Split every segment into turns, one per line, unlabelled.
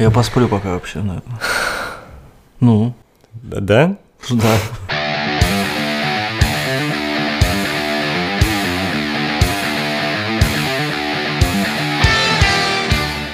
Я посплю пока вообще, наверное. Ну,
Да?
да.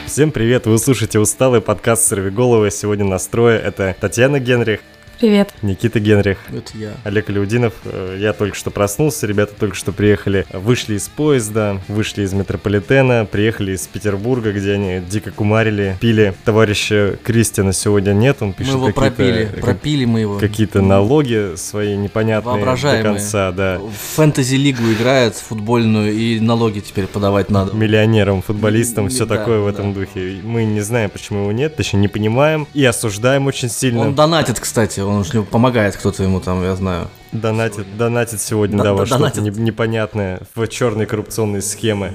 Всем привет, вы слушаете «Усталый» подкаст «Сорвиголовы». Сегодня настрое это Татьяна Генрих,
Привет.
Никита Генрих,
Это я.
Олег Леудинов. Э, Я только что проснулся, ребята только что приехали, вышли из поезда, вышли из метрополитена, приехали из Петербурга, где они дико кумарили, пили. Товарища Кристина сегодня нет, он
Мы
пишет
его
какие-то-
пропили.
как-
Пропили мы его.
какие-то налоги свои непонятные до
Воображаемые.
конца, да.
В фэнтези-лигу играет футбольную, и налоги теперь подавать надо.
миллионером, футболистом, все
Да,
такое в
да.
этом духе. И Мы не знаем, почему его нет, точнее не понимаем и осуждаем очень сильно.
Он донатит, кстати, он уж не- помогает кто-то ему там, я знаю.
Донатит, донатит сегодня,
Да-
да,
да,
во что-то
донатит.
не- непонятное в черной коррупционной схемы.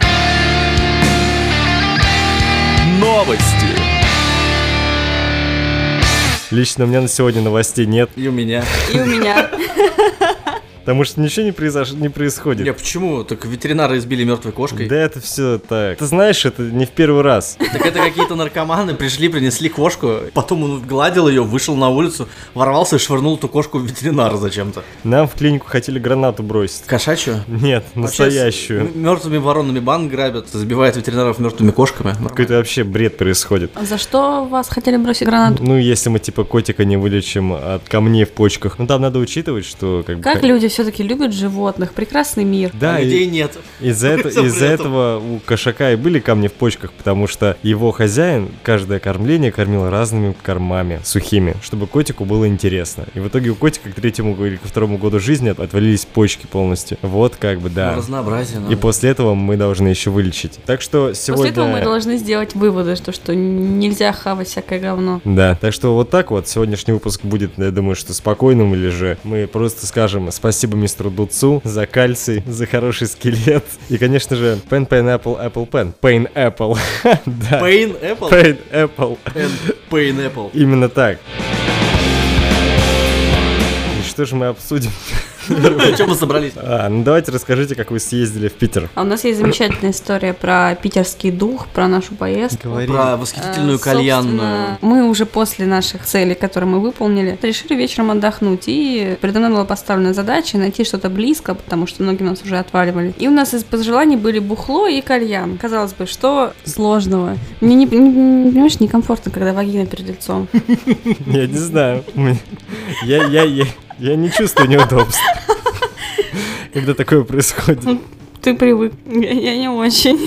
Новости!
Лично у меня на сегодня новостей нет,
И у меня.
И у меня.
потому что ничего не, произош... не происходит.
Не, почему? Так ветеринары избили мертвой кошкой.
Да это все так. Ты знаешь, это не в первый раз.
Так это какие-то наркоманы пришли, принесли кошку, потом он гладил ее, вышел на улицу, ворвался и швырнул эту кошку в ветеринара зачем-то.
Нам в клинику хотели гранату бросить.
Кошачью?
Нет,
А
настоящую.
Мертвыми воронами банк грабят, забивают ветеринаров мертвыми кошками.
Ну, Какой-то вообще бред происходит.
А За что вас хотели бросить гранату?
Ну, если мы типа котика не вылечим от камней в почках. Ну, там надо учитывать, что как бы...
Как люди все-таки любят животных, прекрасный мир.
Да,
а
и-
людей нет.
Из-за это-
Всё при
из-за
этом.
этого у кошака и были камни в почках, потому что его хозяин каждое кормление кормил разными кормами, сухими, чтобы котику было интересно. И в итоге у котика к третьему или ко второму году жизни от- отвалились почки полностью. Вот как бы, да.
Ну, Разнообразие
И
надо.
после этого мы должны еще вылечить. Так что
После
сегодня...
этого мы должны сделать выводы, что, что нельзя хавать всякое говно.
Да, так что вот так вот сегодняшний выпуск будет, я думаю, что спокойным или же мы просто скажем спасибо мистеру Дуцу за кальций, за хороший скелет и, конечно же, Pen Pineapple Apple Pen. Pain Apple. Да.
Pain Apple
Pain Apple.
and Pain Apple.
Именно так. И что же мы обсудим?
Чем мы собрались?
А, ну давайте расскажите, как вы съездили в Питер.
А у нас есть замечательная история про питерский дух, про нашу поездку.
Говори.
Про
Э,
восхитительную
собственно,
кальянную.
Мы уже после наших целей, которые мы выполнили, решили вечером отдохнуть. И передо мной была поставлена задача найти что-то близко, потому что многие у нас уже отваливали. И у нас из пожеланий были бухло и кальян. Казалось бы, что сложного? Мне не, не- не- понимаешь, некомфортно, когда вагина перед лицом.
Я не знаю. Мне- Я, я, я, я не чувствую неудобств. Когда такое происходит,
Ты привык. Я, я не очень.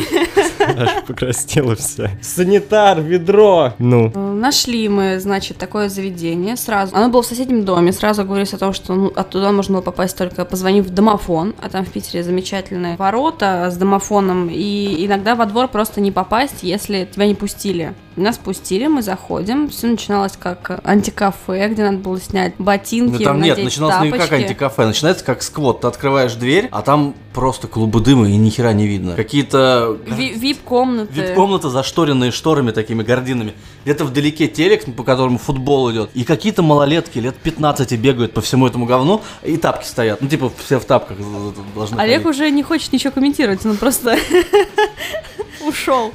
аж покраснела вся. Санитар, ведро! Ну,
Э, Нашли мы, значит, такое заведение сразу. Оно было в соседнем доме. Сразу говорилось о том, что ну, оттуда можно было попасть только позвонив в домофон. А там в Питере замечательные ворота с домофоном. И иногда во двор просто не попасть, если тебя не пустили. Нас пустили, мы заходим. Все начиналось как антикафе, где надо было снять ботинки,
Ну, там нет,
надеть
начиналось не как
тапочки.
антикафе, начинается как сквот. Ты открываешь дверь, а там просто клубы дыма и ни хера не видно. Какие-то
Ви- Вип-комнаты.
Вип-комната зашторенная шторами такими гординами. Где-то вдалеке телек, по которому футбол идет. И какие-то малолетки лет 15 бегают по всему этому говну, и тапки стоят. Ну, типа, все в тапках должны
Олег
ходить.
уже не хочет ничего комментировать, он просто ушел.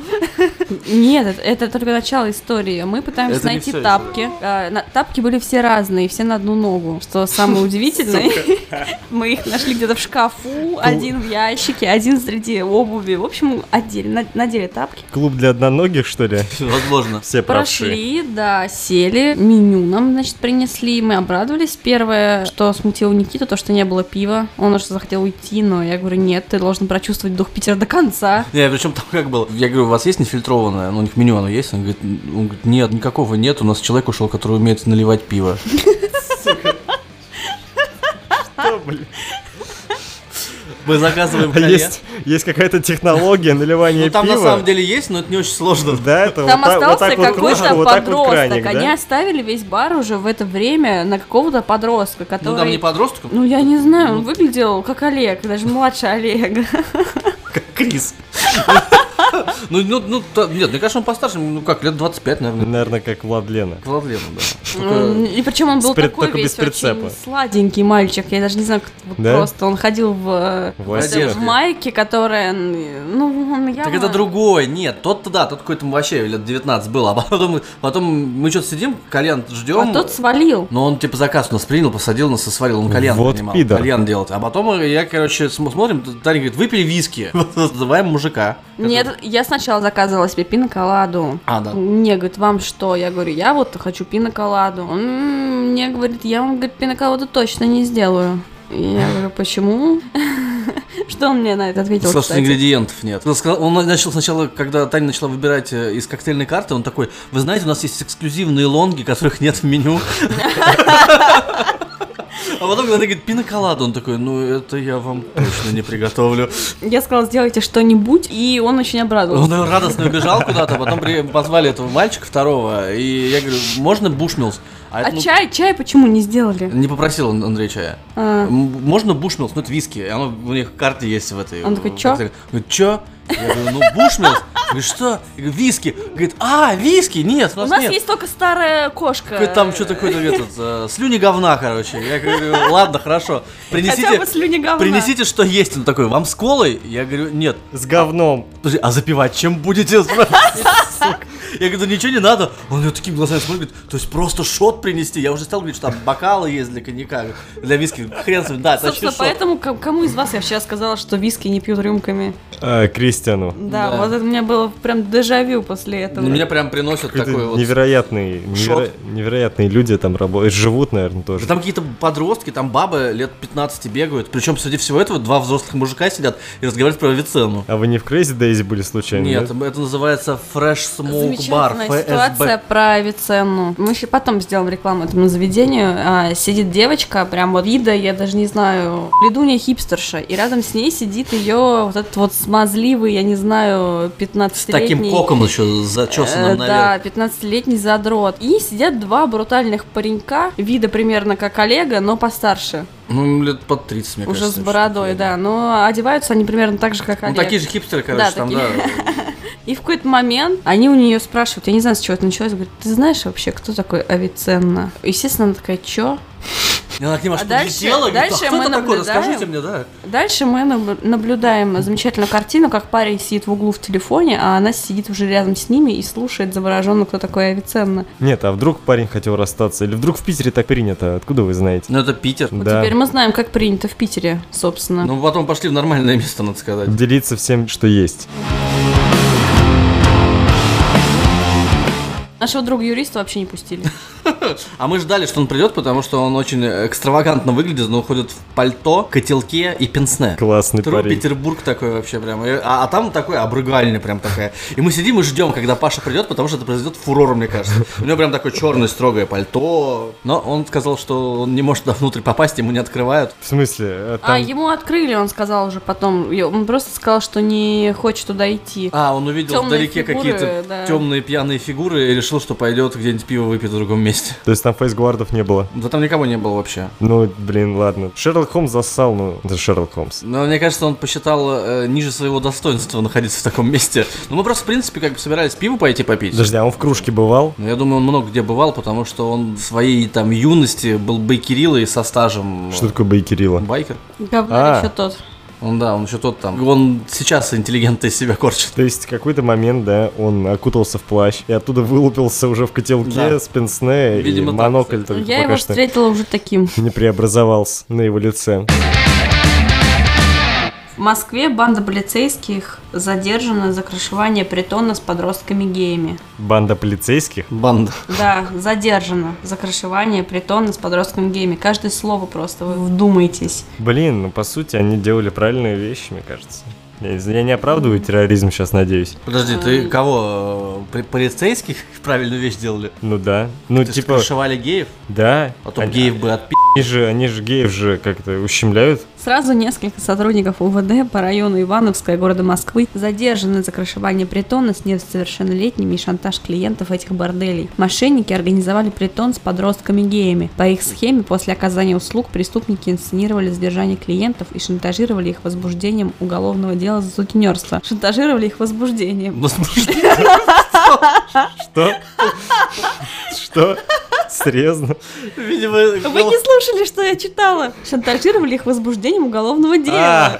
Нет, это, это только начало истории. Мы пытаемся
Это не
найти
вся
тапки. Э, на- тапки были все разные, все на одну ногу. Что самое удивительное, мы их нашли где-то в шкафу, один в ящике, один среди обуви. В общем, отдельно надели тапки.
клуб для одноногих, что ли?
Возможно.
Все правши.
Прошли, да, сели, меню нам, значит, принесли, мы обрадовались. Первое, что смутило Никиту, то, что не было пива. Он уже захотел уйти, но я говорю, нет, ты должен прочувствовать дух Питера до конца.
Не, причем там как было. Я говорю, у вас есть нефильтрованное? Ну, у них меню оно есть? Он говорит, «Н- он говорит, нет, никакого нет. У нас человек ушел, который умеет наливать пиво.
Да, блин.
А?
Мы заказываем
А есть, есть какая-то технология наливания
Ну, там
пива?
на самом деле есть, но это не очень сложно.
Да, это
Там
вот, так- вот
остался
так вот
какой-то
кружка, вот так вот
подросток.
краник,
Они
да?
оставили весь бар уже в это время на какого-то подростка, который...
Ну, там не подростку,
Ну, я не знаю, он выглядел как Олег, даже младше Олега.
как Крис. Ну, ну, ну, та- нет, мне кажется, он постарше, ну как, лет 25, наверное.
Наверное, как Влад Лена.
Влад Лена, да.
М,
Только-
И причем он был
Спри-
такой
только без
весь
прицепа.
очень сладенький мальчик. Я даже не знаю, как вот
Да?
просто он ходил в,
В
в этой
одежде.
майке, которая, м, ну, он явно...
Так это другой, нет, тот-то да, тот какой-то вообще лет 19 был, а потом, потом мы что-то сидим, кальян ждем.
А тот свалил.
Но он типа заказ у нас принял, посадил нас и сварил. Он кальян
Вот
принимал.
пидор.
Кальян делает. А потом я, короче, см- смотрим, Таня говорит, выпили виски. Называем мужика.
Нет, я сначала заказывала себе пиноколаду.
А, да.
Мне говорит, вам что? Я говорю, я вот хочу пиноколаду. Он м, мне говорит, я вам, говорит, пиноколаду точно не сделаю. И Я говорю, почему? Что он мне на это ответил,
Сказал, что
кстати?
ингредиентов нет. Он, сказал- он начал сначала, когда Таня начала выбирать э, из коктейльной карты, он такой, вы знаете, у нас есть эксклюзивные лонги, которых нет в меню. А потом, когда она говорит, пиноколаду, он такой, ну это я вам точно не приготовлю.
Я сказала, сделайте что-нибудь, и он очень обрадовался.
Он радостно убежал куда-то, потом при- позвали этого мальчика второго, и я говорю, можно бушмилс? это,
А
ну,
чай, чай почему не сделали?
Не попросил он Андрей чая.
А.
М, Можно бушмилс? Ну, это виски. и Оно у них в карте есть в этой.
Он такой,
в
«Чё?»
коктейле. Говорит, чё? Я говорю, ну, бушмилс. Говорит, что? Я говорю, виски. Говорит, а, виски? Нет, у
У
нас,
нас
нет.
есть только старая кошка.
Какой-то там что-то какой-то этот, э, слюни говна, короче. Я говорю, ладно, хорошо.
Хотя бы
Принесите,
слюни говна.
принесите, что есть. Он такой, вам с колой? Я говорю, нет.
С говном.
Подожди, а запивать чем будете? Сука. Я говорю, «Да ничего не надо. Он мне такими глазами смотрит, говорит, то есть просто шот принести. Я уже стал говорить, что там бокалы есть для коньяка, для виски. Хрен с ним, да, тащи
Собственно,
шот.
поэтому ко- кому из вас я сейчас сказала, что виски не пьют рюмками?
А, Кристиану.
Да,
Да.
вот это у меня было прям дежавю после этого.
На Меня прям приносят
Какой-то
такой вот...
невероятный, неверо-
шот.
невероятные люди там работают, живут, наверное,
Да
тоже.
Там какие-то подростки, там бабы лет 15 бегают. Причем, среди всего этого, два взрослых мужика сидят и разговаривают про Авиценну.
А вы не в Crazy Daisy были случайно?
Нет,
да?
это называется Fresh Smoke Bar,
Замечательная ситуация
ФСБ.
про Авиценну. Мы еще потом сделаем рекламу этому заведению. А, сидит девочка, прям вот вида, я даже не знаю, ледунья хипстерша. И рядом с ней сидит ее вот этот вот смазливый, я не знаю, 15-летний...
Таким коком еще
Э,
зачесанным
Да,
наверх.
15-летний задрот. И сидят два брутальных паренька, вида примерно как Олега, но постарше.
Ну, лет под 30, мне кажется.
уже с бородой,
что-то.
да. Но одеваются они примерно так же, как
Ну,
Олег.
такие же хипстеры, короче,
Да,
там,
такие.
да.
И в какой-то момент они у нее спрашивают, я не знаю, с чего это началось, говорит, ты знаешь вообще, кто такой Авиценна? Естественно, она такая, чё?
И она к ним аж
А дальше-
подлетела, говорит,
дальше
«А кто
мы
это такой?
наблюдаем.
Расскажите мне, да.
Дальше мы наб- наблюдаем замечательную картину, как парень сидит в углу в телефоне, а она сидит уже рядом с ними и слушает завороженно, кто такой Авиценна.
Нет, а вдруг парень хотел расстаться? Или вдруг в Питере так принято? Откуда вы знаете?
Ну, это Питер.
Вот
Да.
теперь мы знаем, как принято в Питере, собственно.
Ну, потом пошли в нормальное место, надо сказать.
Делиться всем, что есть.
Нашего друга юриста вообще не пустили.
А мы ждали, что он придет, потому что он очень экстравагантно выглядит, но уходит в пальто, котелке и пенсне.
Классный
Тру
парень.
Петербург такой вообще прям. И- А, а там такой обрыгальный прям такая. И мы сидим и ждем, когда Паша придет, потому что это произойдет фурор, мне кажется. У него прям такое черное строгое пальто. Но он сказал, что он не может внутрь попасть, ему не открывают.
В смысле? э,
А
там-
ему открыли, он сказал уже потом. И Он просто сказал, что не хочет туда идти.
А, он увидел
Тёмные
вдалеке
фигуры,
какие-то
да.
темные пьяные фигуры и решил, что пойдет где-нибудь пиво выпьет в другом месте.
То есть там фейсгуардов не было?
Да там никого не было вообще.
Ну, блин, ладно. Шерлок Холмс зассал, ну, это Шерлок Холмс.
Но мне кажется, он посчитал э, ниже своего достоинства находиться в таком месте. Ну, мы просто, в принципе, как бы собирались пиво пойти попить.
Подожди, а он в кружке бывал?
Но я думаю, он много где бывал, потому что он в своей там юности был байкерилой со стажем. э,
Что такое Байкерила?
Байкер?
Говна
А.
еще тот.
Он, да, он еще тот там. Он сейчас интеллигент из себя корчит.
То есть какой-то момент, да, он окутался в плащ и оттуда вылупился уже в котелке
Да.
с пенсне
Видимо,
и
так,
монокль только
Я
пока
его
что
встретила уже таким.
не преобразовался на его лице.
В Москве банда полицейских задержана за крышевание притона с подростками-геями.
Банда полицейских?
Банда.
Да, задержана за крышевание притона с подростками-геями. Каждое слово просто, вы вдумайтесь.
Блин, ну по сути они делали правильные вещи, мне кажется. Я, не знаю, я не оправдываю терроризм сейчас, надеюсь.
Подожди, ты кого? э, при- Полицейских правильную вещь делали?
Ну да. Ну
Ты ж
типа,
крышевали геев?
да.
А то
Они-
геев бы отпи***ли
Они же, они же геев же как-то ущемляют.
Сразу несколько сотрудников УВД по району Ивановская города Москвы задержаны за крышевание притона с несовершеннолетними и шантаж клиентов этих борделей. Мошенники организовали притон с подростками-геями. По их схеме после оказания услуг преступники инсценировали задержание клиентов и шантажировали их возбуждением уголовного дела за сутенерство. Шантажировали их возбуждением.
Возбуждение.
Что? Что? Серьезно?
Видимо,
Вы не слушали, что я читала? Шантажировали их возбуждением уголовного дела.
А,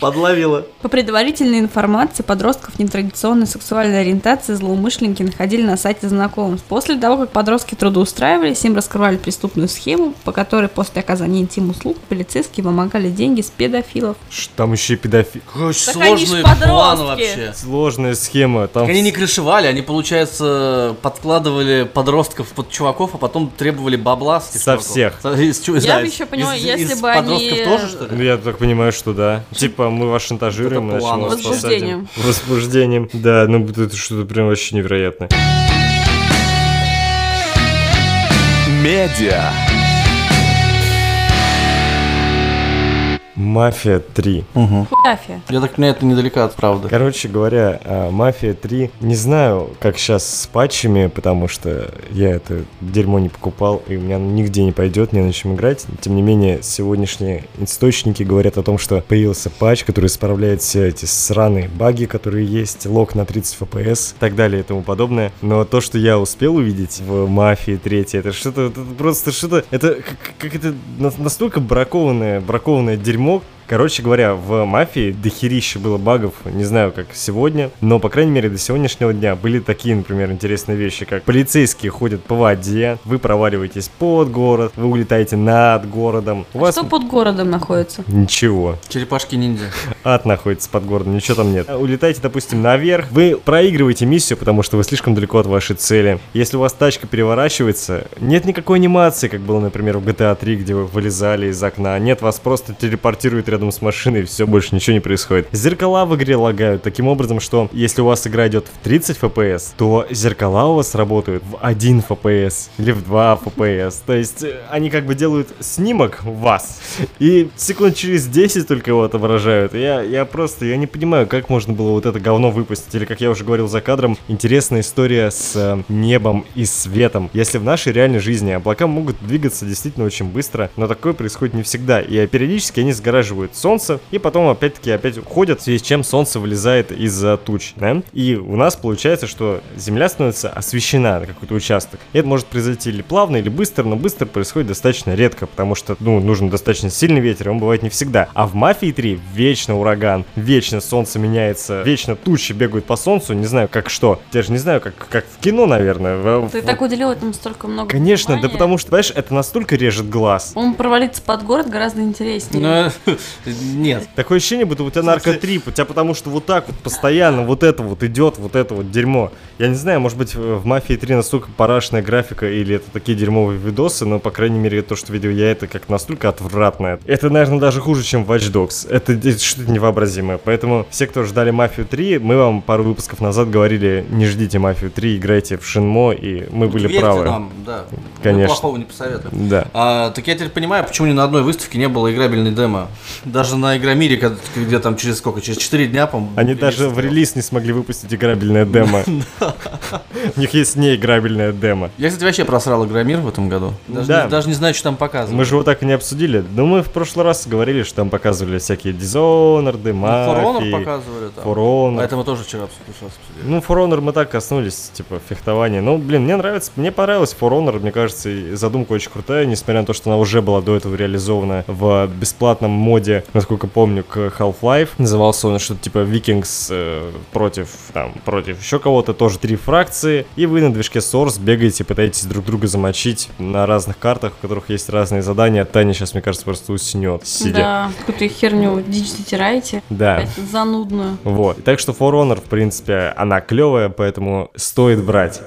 подловила.
По предварительной информации, подростков нетрадиционной сексуальной ориентации злоумышленники находили на сайте знакомств. После того, как подростки трудоустраивались, им раскрывали преступную схему, по которой после оказания интим-услуг полицейские вымогали деньги с педофилов.
ш- Там еще и педофил.
Какой
Так они ж
сложный план
подростки.
вообще.
Сложная схема. Там
Так Они не крышевали, они, получается, подкладывали подростков под чуваков, а потом требовали бабла с этих
Со
чуваков.
всех.
Со- из чу-
Я
да,
бы
из-
еще поняла,
из-
если
из
бы они-
подростков тоже, что
Ну,
ли?
я так понимаю, что да. Типа, мы вас шантажируем,
Это
иначе мы
план.
вас
Возбуждением.
посадим. Возбуждением. Да, ну это что-то прям вообще невероятное.
Медиа.
Мафия 3.
Ну. Хуяфия.
Я так понимаю, это недалеко от правды.
Короче говоря, а, Мафия 3. Не знаю, как сейчас с патчами, потому что я это дерьмо не покупал, и у меня нигде не пойдет, не на чем играть. Тем не менее, сегодняшние источники говорят о том, что появился патч, который исправляет все эти сраные баги, которые есть, лог на 30 FPS и так далее и тому подобное. Но то, что я успел увидеть в Мафии 3, это что-то это просто что-то. Это как, как это на- настолько бракованное, бракованное дерьмо, Короче говоря, в «Мафии» дохерища было багов, не знаю, как сегодня, но, по крайней мере, до сегодняшнего дня были такие, например, интересные вещи, как полицейские ходят по воде, вы проваливаетесь под город, вы улетаете над городом, у
А
вас...
Что под городом находится?
Ничего.
Черепашки-ниндзя.
Ад находится под городом, ничего там нет. Улетаете, допустим, наверх, вы проигрываете миссию, потому что вы слишком далеко от вашей цели. Если у вас тачка переворачивается, нет никакой анимации, как было, например, в GTA 3, где вы вылезали из окна. Нет, вас просто телепортируют рядом с машиной, и все, больше ничего не происходит. Зеркала в игре лагают таким образом, что если у вас игра идет в 30 FPS, то зеркала у вас работают в 1 FPS или в 2 FPS. То есть э, они как бы делают снимок вас и секунд через 10 только его отображают. Я, я просто, я не понимаю, как можно было вот это говно выпустить. Или, как я уже говорил за кадром, интересная история с э, небом и светом. Если в нашей реальной жизни облака могут двигаться действительно очень быстро, но такое происходит не всегда. И э, периодически они сгораживают солнце, и потом опять-таки опять уходят, в связи с чем солнце вылезает из-за туч. да? И у нас получается, что Земля становится освещена на какой-то участок. И это может произойти или плавно, или быстро, но быстро происходит достаточно редко, потому что, ну, нужен достаточно сильный ветер, и он бывает не всегда. А в «Мафии 3» вечно ураган, вечно солнце меняется, вечно тучи бегают по солнцу, не знаю, как что. Я же не знаю, как, как в кино, наверное. В-
Ну, Ты
в-
так уделил этому столько много
Конечно, да
внимания.
потому что, понимаешь, это настолько режет глаз.
Он провалиться под город гораздо интереснее.
Ну, Нет.
Такое ощущение, будто у тебя наркотрип, у тебя потому что вот так вот постоянно вот это вот идет, вот это вот дерьмо. Я не знаю, может быть в «Мафии 3» настолько парашная графика или это такие дерьмовые видосы, но, по крайней мере, то, что видел я, это как настолько отвратно. Это, наверное, даже хуже, чем Watch Dogs. Это, это что-то невообразимое. Поэтому все, кто ждали «Мафию 3», мы вам пару выпусков назад говорили, не ждите «Мафию 3», играйте в «Шинмо», и мы были
Ну, Верьте
правы.
нам, да. Мы
Конечно.
плохого не посоветуем.
Да.
А, так я теперь понимаю, почему ни на одной выставке не было играбельной демо. Даже на Игромире, когда- где там через сколько, через 4 дня, по-моему.
Они
релиз
даже в
сделали.
релиз не смогли выпустить играбельное демо. У них есть неиграбельное демо.
Я, кстати, вообще просрал Игромир в этом году. Даже,
Да.
не, даже не знаю, что там показывают.
Мы же его так и не обсудили. Но мы в прошлый раз говорили, что там показывали всякие Dishonored,
Ну, For Honor
Мафии,
показывали там.
For Honor.
Это мы тоже вчера обсудили. сейчас обсудили.
Ну, For Honor мы так коснулись, типа, фехтования. Ну, блин, мне нравится, мне понравилось For Honor, мне кажется, и задумка очень крутая, несмотря на то, что она уже была до этого реализована в бесплатном моде, насколько помню, к Half-Life. Назывался он что-то типа Vikings э, против, там, против еще кого-то, тоже три фракции, и вы на движке Source бегаете, пытаетесь друг друга замочить на разных картах, в которых есть разные задания. Таня сейчас, мне кажется, просто уснет, сидя.
Да, какую-то херню дичь затираете.
Да.
Опять Занудную.
Вот. Так что For Honor, в принципе, она клевая, поэтому стоит брать.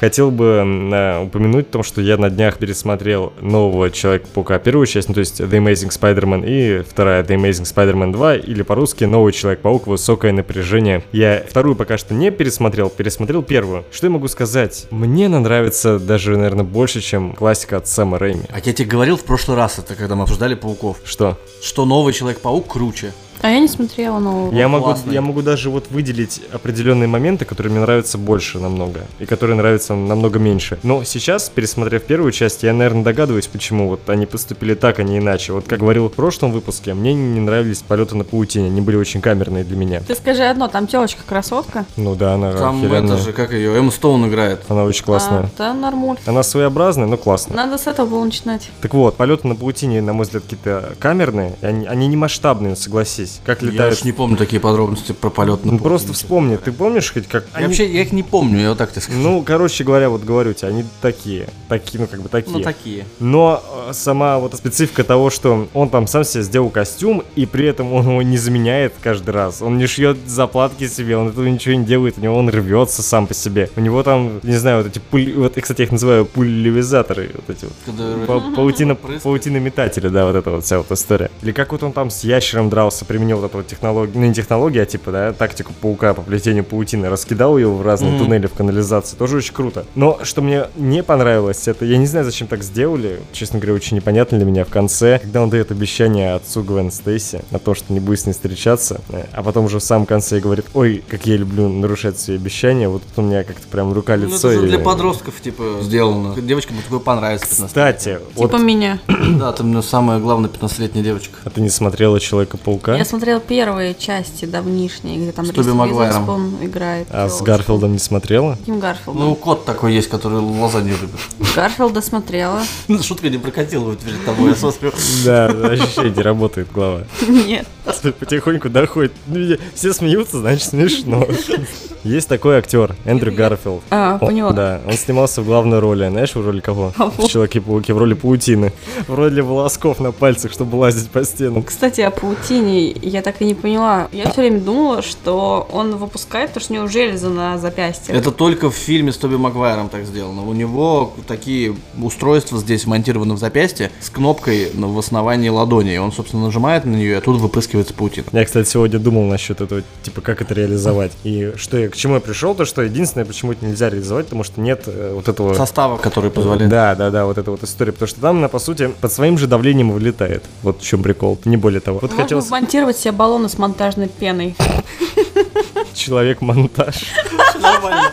Хотел бы э, упомянуть о том, что я на днях пересмотрел нового Человека-паука первую часть, ну, то есть The Amazing Spider-Man и вторая The Amazing Spider-Man 2, или по-русски Новый Человек-паук Высокое напряжение. Я вторую пока что не пересмотрел, пересмотрел первую. Что я могу сказать? Мне она нравится даже, наверное, больше, чем классика от Сэма Рэйми.
А я тебе говорил в прошлый раз, это когда мы обсуждали пауков,
Что?
что новый Человек-паук круче.
А я не смотрела нового.
Я могу,
классный.
я могу даже вот выделить определенные моменты, которые мне нравятся больше намного, и которые нравятся намного меньше. Но сейчас, пересмотрев первую часть, я, наверное, догадываюсь, почему вот они поступили так, а не иначе. Вот как говорил в прошлом выпуске, мне не нравились полеты на паутине, они были очень камерные для меня.
Ты скажи одно, там а телочка красотка?
Ну да, она
Там
охеренная.
это же, А. как ее, Эмма Стоун играет.
Она очень классная.
да, нормуль.
Она своеобразная, но классная.
Надо с этого было начинать.
Ну.
Так вот, полеты на паутине, на мой взгляд, какие-то камерные, и они, они не масштабные, согласись. Как
Я
летают...
уж не помню такие подробности про полет на
Ну
паутине,
просто
честно
вспомни,
говоря.
ты помнишь хоть как...
Я
они-
вообще я их не помню, я вот так тебе скажу.
Ну, короче говоря, вот говорю тебе, они такие, такие, ну как бы такие.
Ну, такие.
Но э, сама вот специфика того, что он там сам себе сделал костюм, и при этом он его не заменяет каждый раз. Он не шьет заплатки себе, он этого ничего не делает, у него он рвется сам по себе. У него там, не знаю, вот эти пули... Вот, я, кстати, их называю пулевизаторы, вот эти вот.
Которые-
Па- Паутина,
Прыскает.
паутина метателя, да, вот эта вот вся вот история. Или как вот он там с ящером дрался, применил вот эту вот технологию, ну не технологию, а типа, да, тактику паука по плетению паутины, раскидал ее в разные
Мгм.
туннели, в канализации, тоже очень круто. Но что мне не понравилось, это, я не знаю, зачем так сделали, честно говоря, очень непонятно для меня в конце, когда он дает обещание отцу Гвен Стейси на то, что не будет с ней встречаться, э, а потом уже в самом конце говорит, ой, как я люблю нарушать свои обещания, вот тут у меня как-то прям
Ну,
рука-лицо.
это же для
и-
подростков, типа, сделано. Девочкам такое понравится 15
Кстати, вот...
Типа меня.
Да, ты мне самая главная 15-летняя девочка.
А ты не смотрела Человека-паука?
Я смотрела первые части давнишние, где там
С Тоби
Риз
Магуайром.
Уизерспун играет.
А с
тёлочку.
Гарфилдом не смотрела?
Каким Гарфилдом?
Ну, кот такой есть, который глаза не любит.
Гарфилда смотрела.
Шутка не прокатила вот перед тобой, я смотрю.
Да, вообще не работает глава.
Нет.
Потихоньку доходит. Ну, я- Все смеются, значит смешно. Есть такой актер, Эндрю Гарфилд.
А,
О,
поняла. А
Да, он снимался в главной роли. Знаешь, в роли кого? В Человеке-пауке, в роли паутины. В роли волосков на пальцах, чтобы лазить по стенам.
Кстати, о паутине я так и не поняла. Я все время думала, что он выпускает, потому что у него железо на запястье.
Это только в фильме с Тоби Магуайром так сделано. У него такие устройства здесь монтированы в запястье с кнопкой на- в основании ладони. И он, собственно, нажимает на нее, и оттуда выпрыскивается паутина.
Я, кстати, сегодня думал насчет этого, типа, как это реализовать. И что я, к чему я пришел, то что единственное, почему это нельзя реализовать, потому что нет э, вот этого...
Состава, который позволяет.
Да, да, да, вот эта вот история. Потому что там она, по сути, под своим же давлением вылетает. Вот в чем прикол. Не более того. Вот
Можно
хотелось
вмонтировать себе баллоны с монтажной пеной.
человек-монтаж.
Нормально.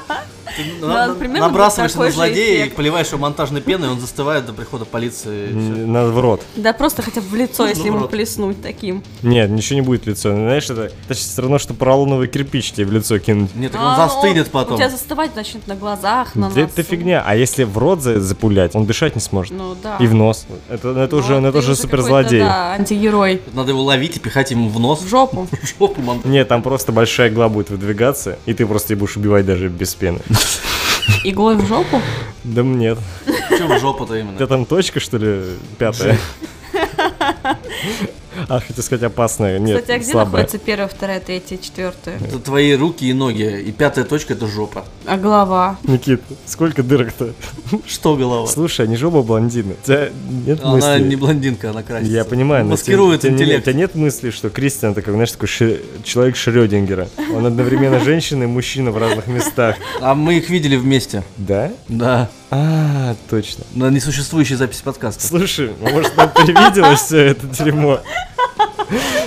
Ты
Да,
на-
Ну, примерно
Набрасываешься
такой
на
же
злодея и
эффект.
поливаешь его монтажной пеной, и он застывает до прихода полиции. и всё.
Н- Надо в рот.
Да просто хотя бы в лицо,
Ну,
если
в
ему
рот.
плеснуть таким.
Нет, ничего не будет в лицо. Ну, Знаешь, это, это все равно, что поролоновый кирпич тебе в лицо кинуть.
Нет, так
А,
он
ну,
застынет
У
потом.
тебя застывать начнет на глазах, на
Это,
носу.
это фигня. А если в рот за- запулять, он дышать не сможет.
Ну да.
И в нос. Это, это уже,
Ну,
это
ты
уже
какой-то,
суперзлодей.
Да, антигерой.
Надо его ловить и пихать ему в нос.
В жопу.
В жопу монтаж.
Нет, там просто большая игла будет выдвигаться, и ты просто ее будешь убивать даже без пены.
Иглой в жопу?
Да нет.
Чё в жопу-то
У тебя
именно?
там точка, что ли, пятая? А, хотел сказать, опасная. Нет,
Кстати, а где
слабая.
находится первая, вторая, третья, четвертая?
Это твои руки и ноги. И пятая точка это жопа.
А голова?
Никит, сколько дырок-то?
Что голова?
Слушай, а не жопа блондина. У тебя нет
Она
мыслей?
не блондинка, она красится.
Я понимаю, но тем-
Маскирует
тем не менее,
интеллект.
у тебя нет мысли, что Кристиан, это как, знаешь, такой ши- человек Шрёдингера. Он одновременно женщина и мужчина в разных местах.
А мы их видели вместе.
Да?
Да.
А, точно.
На несуществующей записи подкаста.
Слушай, может, нам привиделось все это дерьмо?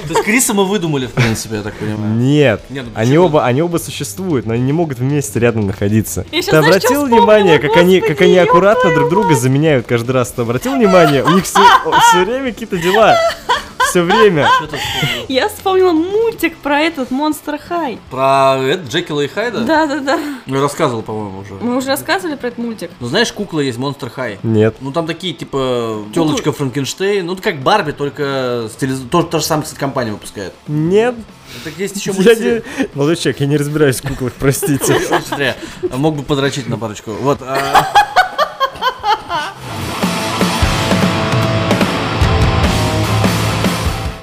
То есть Криса мы выдумали, в принципе, я так понимаю.
Нет,
Нет, ну
они,
почему?
оба, они оба существуют, но они не могут вместе рядом находиться.
Я щас,
ты
знаешь,
обратил
чё
внимание,
вспомнила?
как они,
Господи,
как они
ёб
аккуратно друг друга заменяют каждый раз? Ты обратил внимание? У них все, время какие-то дела. Все время.
Что-то вспомнил.
Я вспомнила мультик про этот Монстр Хай.
Про это, Джекила и Хайда?
Да-да-да.
Ну, я рассказывал, по-моему, уже.
Мы уже рассказывали про этот мультик.
Ну, знаешь, кукла есть Монстр Хай.
Нет.
Ну, там такие, типа, телочка Франкенштейн. Ну, как Барби, только стилиз... тоже та же самая, кстати, компания выпускает.
Нет.
Так есть еще
Я
мультсериал.
не... Молодой человек, я не разбираюсь в куклах, простите.
Ой, зря. Мог бы подрочить на парочку. Вот. а.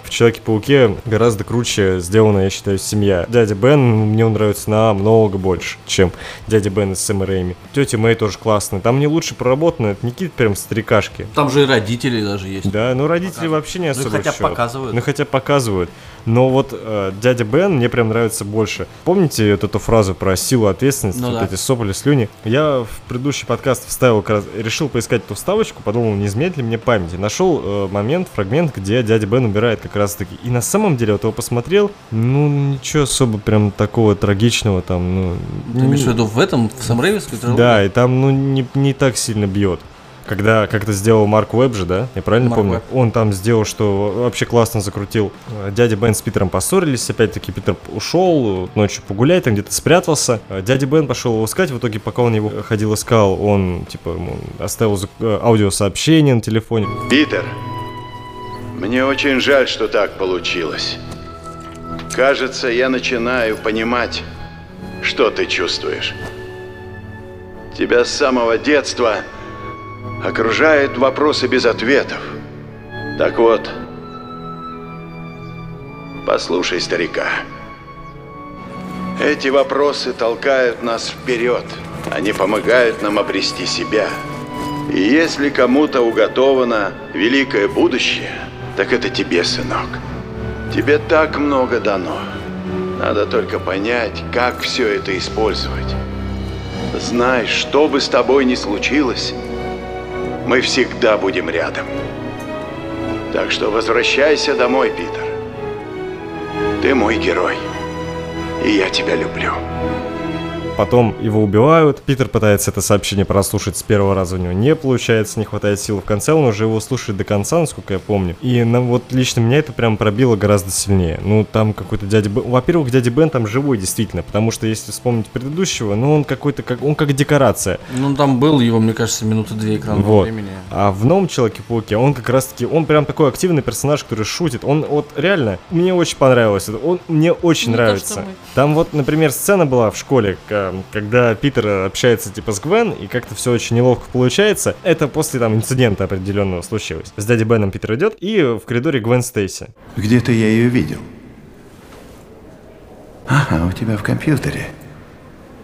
В Человеке-пауке гораздо круче сделана, я считаю, семья. Дядя Бен мне он нравится намного больше, чем дядя Бен из Сэма Рэйми. Тетя Мэй тоже классная. Там не лучше проработано, это Никит прям старикашки.
Там же и родители даже есть.
Да, но родители вообще не
Ну,
особо
хотя бы
чё.
показывают.
Ну хотя бы показывают. Но вот э, дядя Бен мне прям нравится больше. Помните вот эту фразу про силу ответственности,
Ну
вот
да.
эти сопли, слюни? Я в предыдущий подкаст вставил, как раз- решил поискать эту вставочку, подумал, не изменит ли мне память. И Нашел э, момент, фрагмент, где дядя Бен умирает как раз таки. И на самом деле, вот его посмотрел, ну ничего особо прям такого трагичного там, ну...
Ты
не-
имеешь в виду в этом, в Сэм Рэйми сказал?
да, и там, ну, не, не так сильно бьет. Когда как это сделал Марк Уэбб же, да? Я правильно
Марк
помню?
Уэбб.
Он там сделал, что вообще классно закрутил. Э, Дядя Бен с Питером поссорились, опять-таки Питер ушел э, ночью погулять, там где-то спрятался. Э, Дядя Бен пошел его искать, в итоге пока он его э, ходил искал, он, типа, ему оставил зак- э, аудиосообщение на телефоне.
Питер, мне очень жаль, что так получилось. Кажется, я начинаю понимать, что ты чувствуешь. Тебя с самого детства окружают вопросы без ответов. Так вот, послушай старика. Эти вопросы толкают нас вперед. Они помогают нам обрести себя. И если кому-то уготовано великое будущее, так это тебе, сынок. Тебе так много дано. Надо только понять, как все это использовать. Знай, что бы с тобой ни случилось, мы всегда будем рядом. Так что возвращайся домой, Питер. Ты мой герой. И я тебя люблю.
Потом его убивают. Питер пытается это сообщение прослушать с первого раза, у него не получается, не хватает сил. В конце он уже его слушает до конца, насколько я помню. И на, вот лично меня это прям пробило гораздо сильнее. Ну, там какой-то дядя Бен... Во-первых, дядя Бен там живой, действительно, потому что если вспомнить предыдущего, ну, он какой-то, как он как декорация.
Ну, там был его, мне кажется, минуты две экранного
Вот.
времени.
А в новом Человеке-пауке он как раз-таки, он прям такой активный персонаж, который шутит. Он вот реально, мне очень понравилось. это, Он мне очень
Не то,
нравится.
что мы.
Там вот, например, сцена была в школе, к- эм, когда Питер общается типа с Гвен, и как-то все очень неловко получается. Это после там инцидента определенного случилось. С дядей Беном Питер идет, и в коридоре Гвен Стейси.
Где-то я ее видел. Ага, у тебя в компьютере.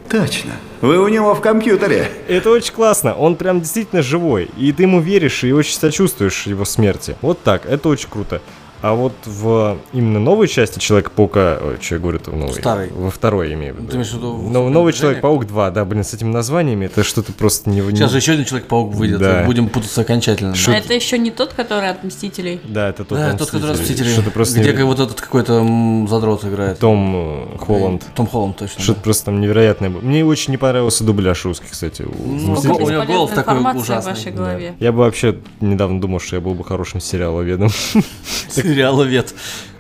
Точно. Вы у него в компьютере.
Это очень классно, он прям действительно живой, и ты ему веришь и очень сочувствуешь его смерти. Вот так, это очень круто. А вот в именно новой части Человека-паука, ой, что я говорю-то в новой?
Второй.
Во второй, имею в виду.
Ты имеешь в виду в
Но новый
«Супердвижении»?
Человек-паук 2, да, блин, с этими названиями это что-то просто не...
Сейчас же еще один Человек-паук выйдет,
Да.
и будем путаться окончательно.
А это еще не тот, который от Мстителей.
Да, это тот,
Да,
он
тот,
с
который раз
Мстителями.
Мстители,
Что-то просто...
где
неверо-
как вот этот какой-то м, задрот играет.
Том э, Холланд.
Том Холланд, точно.
Что-то просто там невероятное было. Мне очень не понравился дубляж русский, кстати. у
Сколько
«Мстителей».
Ну, у него голос такой
информации
ужасный,
в вашей
да.
голове.
Я бы вообще недавно думал, что я был бы хорошим сериаловедом.
да. Сериаловед.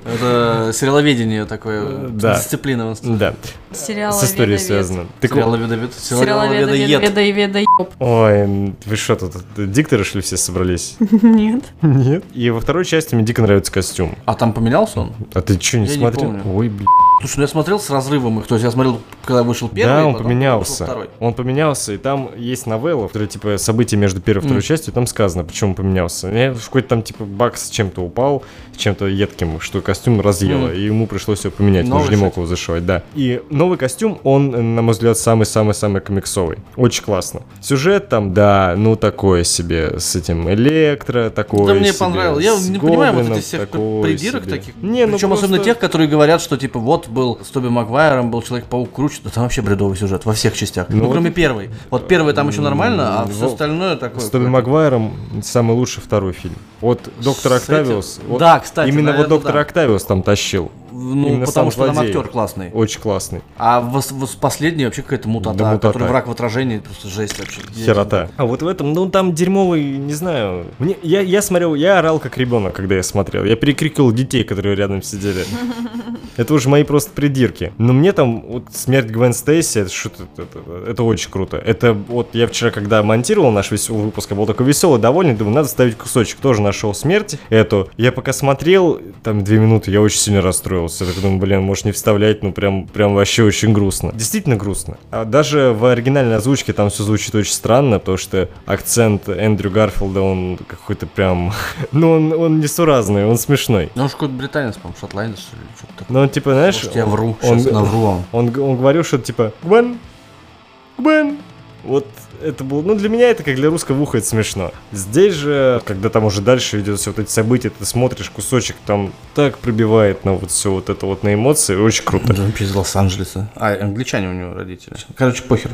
Это сериаловедение такое,
Да.
дисциплина. у нас.
Да,
Сериал
с историей связано. Так вот,
Сериаловедовед.
Сериаловеда,
Сериаловедоед.
веда, веда, еб.
Ой, м, вы что тут, дикторы, что ли, все собрались?
Нет.
Нет. И во второй части мне дико нравится костюм.
А там поменялся он?
А ты что, не
Я не
смотрел?
помню.
Ой, блин.
Слушай, ну я смотрел с разрывом их. То есть я смотрел, когда вышел первый,
Да, он
потом вышел
поменялся.
второй.
Он поменялся, и там есть новелла, которая, типа, события между первой и второй частью, там сказано, почему он поменялся. Я в какой-то там, типа, бак с чем-то упал, с чем-то едким, что костюм разъело,
Мгм.
и ему пришлось его поменять, он
Новый
уже не мог
шить.
его зашивать, да. И новый костюм, он, э, на мой взгляд, самый-самый-самый комиксовый. Очень классно. Сюжет там, да, ну, такое себе, с этим электро, такое
Да мне
себе,
понравилось. Я
с
не понимаю вот
гоблином,
этих всех
такое
придирок
себе.
таких.
Не, ну
Причем особенно
просто-
тех, которые говорят, что типа вот был с Тоби Магуайром, был Человек-паук круче. Да там вообще бредовый сюжет во всех частях. Ну,
вот-
кроме первой. Вот первая там еще нормально, а
М,
все
во-
остальное такое.
С Тоби Магуайром самый лучший второй фильм. Вот Доктор
С этим-
Октавиус. вот
Да, кстати,
Именно вот
наверное,
Доктор
да.
Октавиус там тащил.
Ну,
Именно сам
потому что там
злодей.
актер классный.
Очень классный.
А вос- вос- последний вообще какая-то мутата,
Да, мутата.
который враг в отражении, просто жесть вообще.
Херота. А вот в этом, ну там дерьмовый, не знаю. Мне, я, я смотрел, я орал как ребенок, когда я смотрел. Я перекрикивал детей, которые рядом сидели. Это уже мои просто придирки. Но мне там вот смерть Гвен Стейси, это что-то, это, это очень круто. Это вот я вчера, когда монтировал наш веселый выпуск, я был такой веселый, довольный, думаю, надо ставить кусочек. Тоже нашел смерть эту. Я пока смотрел, там две минуты, я очень сильно расстроился. расстроился. Я так думаю, блин, можешь не вставлять, ну прям, прям вообще очень грустно. Действительно грустно. А даже в оригинальной озвучке там все звучит очень странно, потому что акцент Эндрю Гарфилда, он какой-то прям... Ну, он, он несуразный, он смешной.
Ну, он же какой-то британец, по-моему, шотландец или что-то такое.
Но он типа, знаешь...
Может, я вру,
он-
сейчас навру вам.
Он, г- он говорил что-то типа «Гвен! Гвен!» Вот это было... Ну, для меня это, как для русского уха, это смешно. Здесь же, когда там уже дальше идет все вот эти события, ты смотришь кусочек, там так пробивает на вот все вот это вот на эмоции, очень круто.
Да, он вообще из Лос-Анджелеса. А, англичане у него родители. Короче, похер.